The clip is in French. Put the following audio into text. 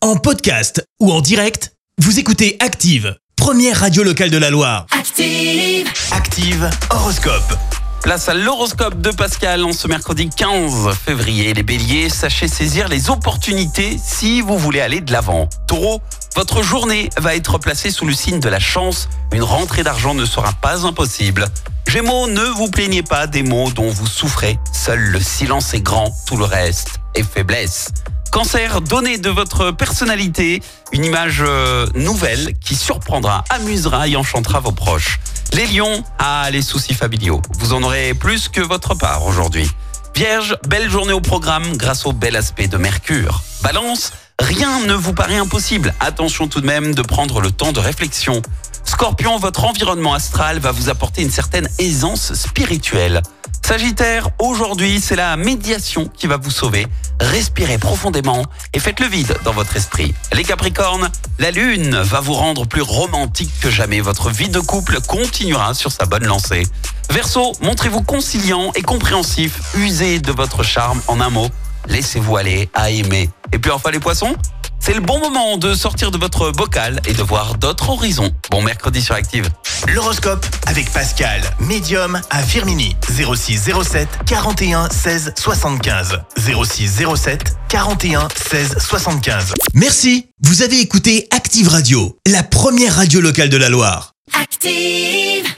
En podcast ou en direct, vous écoutez Active, première radio locale de la Loire. Active. Active Horoscope. Place à l'horoscope de Pascal en ce mercredi 15 février. Les béliers, sachez saisir les opportunités si vous voulez aller de l'avant. Taureau, votre journée va être placée sous le signe de la chance. Une rentrée d'argent ne sera pas impossible. Gémeaux, ne vous plaignez pas des mots dont vous souffrez. Seul le silence est grand, tout le reste est faiblesse. Cancer, donnez de votre personnalité une image euh, nouvelle qui surprendra, amusera et enchantera vos proches. Les lions, ah, les soucis familiaux. Vous en aurez plus que votre part aujourd'hui. Vierge, belle journée au programme grâce au bel aspect de Mercure. Balance, rien ne vous paraît impossible. Attention tout de même de prendre le temps de réflexion. Scorpion, votre environnement astral va vous apporter une certaine aisance spirituelle. Sagittaire, aujourd'hui, c'est la médiation qui va vous sauver. Respirez profondément et faites le vide dans votre esprit. Les Capricornes, la Lune va vous rendre plus romantique que jamais. Votre vie de couple continuera sur sa bonne lancée. Verseau, montrez-vous conciliant et compréhensif. Usez de votre charme en un mot. Laissez-vous aller à aimer. Et puis enfin les poissons, c'est le bon moment de sortir de votre bocal et de voir d'autres horizons. Bon mercredi sur Active. L'horoscope avec Pascal, médium à Firmini. 06 07 41 16 75. 06 07 41 16 75. Merci, vous avez écouté Active Radio, la première radio locale de la Loire. Active.